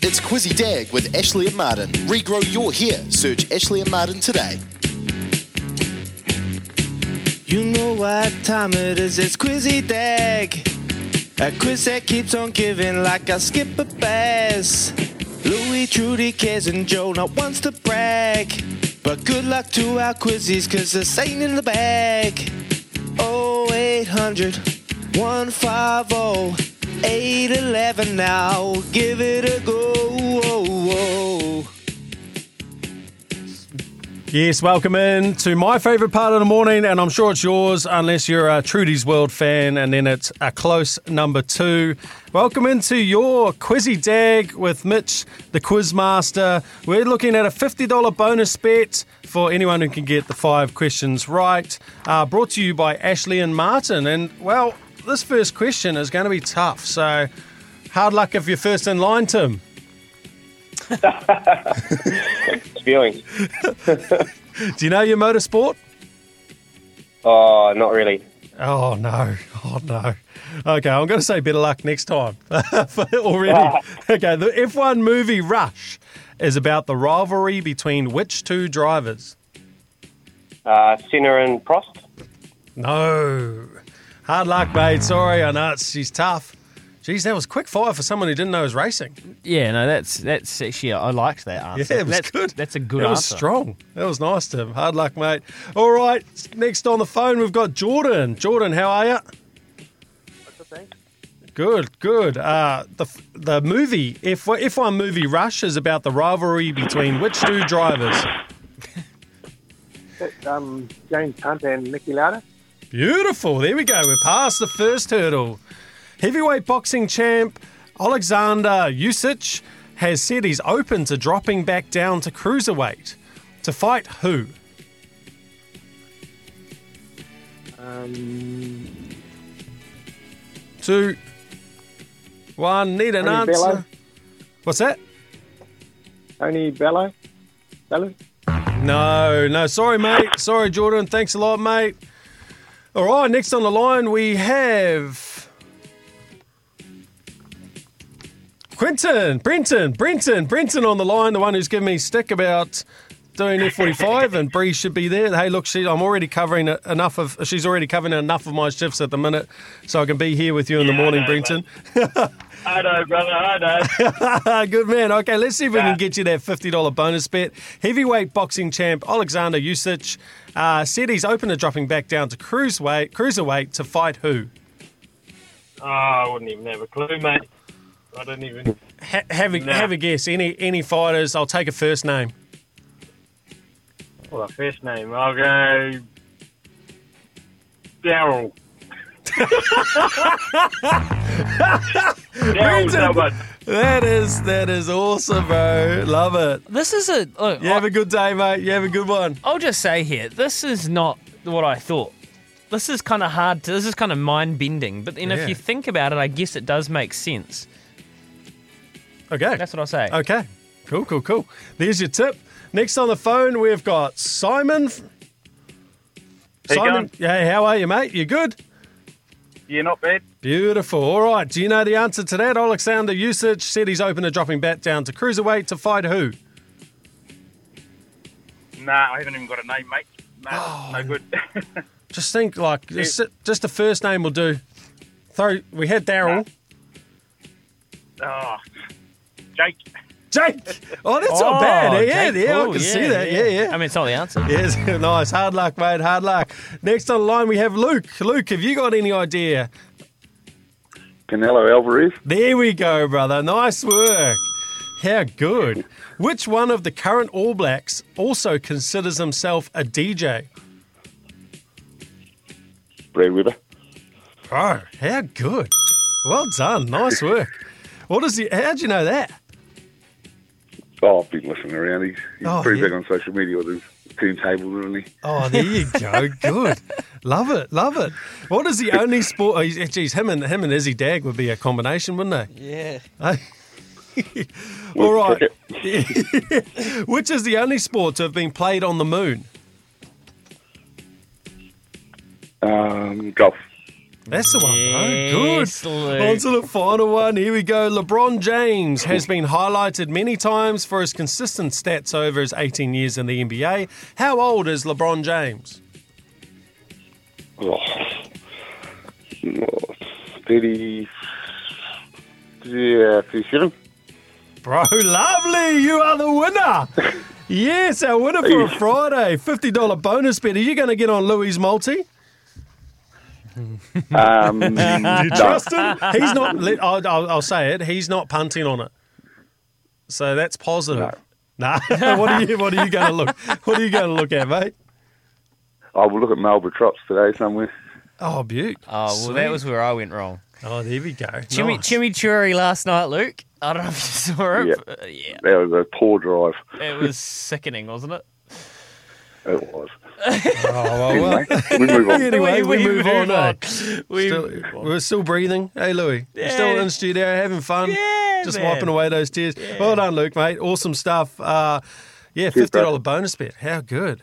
It's Quizzy Dag with Ashley and Martin. Regrow your hair. Search Ashley and Martin today. You know what time it is, it's Quizzy Dag. A quiz that keeps on giving like I skip a pass. Louis, Trudy, Kez, and Joe not wants to brag. But good luck to our quizzies, cause this ain't in the bag. Oh, 0800 150 811 oh, now. Give it a go. Yes, welcome in to my favourite part of the morning, and I'm sure it's yours, unless you're a Trudy's World fan, and then it's a close number two. Welcome into your Quizzy Dag with Mitch, the Quizmaster. We're looking at a $50 bonus bet for anyone who can get the five questions right. Uh, brought to you by Ashley and Martin, and well, this first question is going to be tough, so hard luck if you're first in line, Tim. feeling. Do you know your motorsport? Oh, not really. Oh no! Oh no! Okay, I'm going to say better luck next time. Already. Okay, the F1 movie Rush is about the rivalry between which two drivers? Uh, Sinner and Prost. No. Hard luck, mate. Sorry, I know it's, she's tough. Geez, that was quick fire for someone who didn't know his racing. Yeah, no, that's that's actually I liked that answer. Yeah, it was that's, good. That's a good That was answer. strong. That was nice, Tim. Hard luck, mate. All right, next on the phone we've got Jordan. Jordan, how are you? Good, good. Uh, the the movie F F1 movie Rush is about the rivalry between which two drivers? um, James Hunt and Nicky Lauda. Beautiful. There we go. We're past the first hurdle. Heavyweight boxing champ Alexander Usyk has said he's open to dropping back down to cruiserweight to fight who? Um, Two, one. Need an Tony answer. Bello. What's that? Tony Bello. Bello. No, no. Sorry, mate. Sorry, Jordan. Thanks a lot, mate. All right. Next on the line, we have Quentin, Brenton, Brenton, Brenton on the line. The one who's given me stick about doing F45, and Bree should be there. Hey, look, she, I'm already covering enough of. She's already covering enough of my shifts at the minute, so I can be here with you in the morning, Brenton. I know, brother. I know. Ah, Good man. Okay, let's see if we can get you that $50 bonus bet. Heavyweight boxing champ Alexander Usyk uh, said he's open to dropping back down to cruiserweight, cruiserweight to fight who? oh, I wouldn't even have a clue, mate. I don't even. Ha- have, a, Nah. have a guess. Any any fighters? I'll take a first name. Well, the first name. I'll go. Daryl. Daryl someone. That is that is awesome, bro. Love it. This is a look. You have a good day, mate. You have a good one. I'll just say here, this is not what I thought. This is kind of hard. To, this is kind of mind bending. But then, Yeah. if you think about it, I guess it does make sense. Okay. That's what I'll say. Okay. Cool, cool, cool. There's your tip. Next on the phone, we've got Simon. How you Simon, yeah, how are you, mate? You good? Yeah, not bad. Beautiful. All right. Do you know the answer to that? Alexander Usic said he's open to dropping back down to cruiserweight to fight who? Nah, I haven't even got a name, mate. Oh. Nah, no good. Just think, like, just, just the first name will do. Throw. We had Daryl. oh, Jake. Jake. Oh, that's not bad. Yeah, Jake yeah, I Paul, can see that. Yeah, yeah. I mean, it's not the answer. Yes, nice. Hard luck, mate. Hard luck. Next on the line, we have Luke. Luke, have you got any idea? Canelo Alvarez. There we go, brother. Nice work. How good. Which one of the current All Blacks also considers himself a DJ? Ray Weber. Bro, Oh, how good. Well done. Nice work. What is he? How'd you know that? Oh, I've been listening around. He's, he's Oh, pretty yeah. big on social media with his turntables, isn't he? Oh, there you go. Good. Love it. Love it. What is the only sport? Oh, he's- geez, him and him and Izzy Dag would be a combination, wouldn't they? Yeah. All right. cricket. Which is the only sport to have been played on the moon? Um, golf. That's the one. Yes, bro. Good. Luke. On to the final one. Here we go. LeBron James has been highlighted many times for his consistent stats over his 18 years in the NBA. How old is LeBron James? Oh. Oh, 30, yeah, 37. Bro, lovely. You are the winner. Yes, our winner for a Friday. $50 bonus bet. Are you going to get on Louis Multi? Um, no. Justin, he's not. let- I'll, I'll, I'll say it. He's not punting on it. So that's positive. Nah. what are you? What are you going to look? What are you going to look at, mate? I will look at Melbourne Trots today somewhere. Oh, Butte. Oh, well, that was where I went wrong. Oh, there we go. Chimi Nice. Chimichurri last night, Luke. I don't know if you saw it. Yeah. but, uh, yeah. That was a poor drive. It was sickening, wasn't it? It was. Oh, well, well. We move on. Anyway, we, move, on. eh? We, Still- we're still breathing. Hey, Louis. We're Still in studio, having fun. Yeah, Just man. wiping away those tears. Well done, Luke, mate. Awesome stuff. Uh, yeah, $50 bro. bonus bet. How good.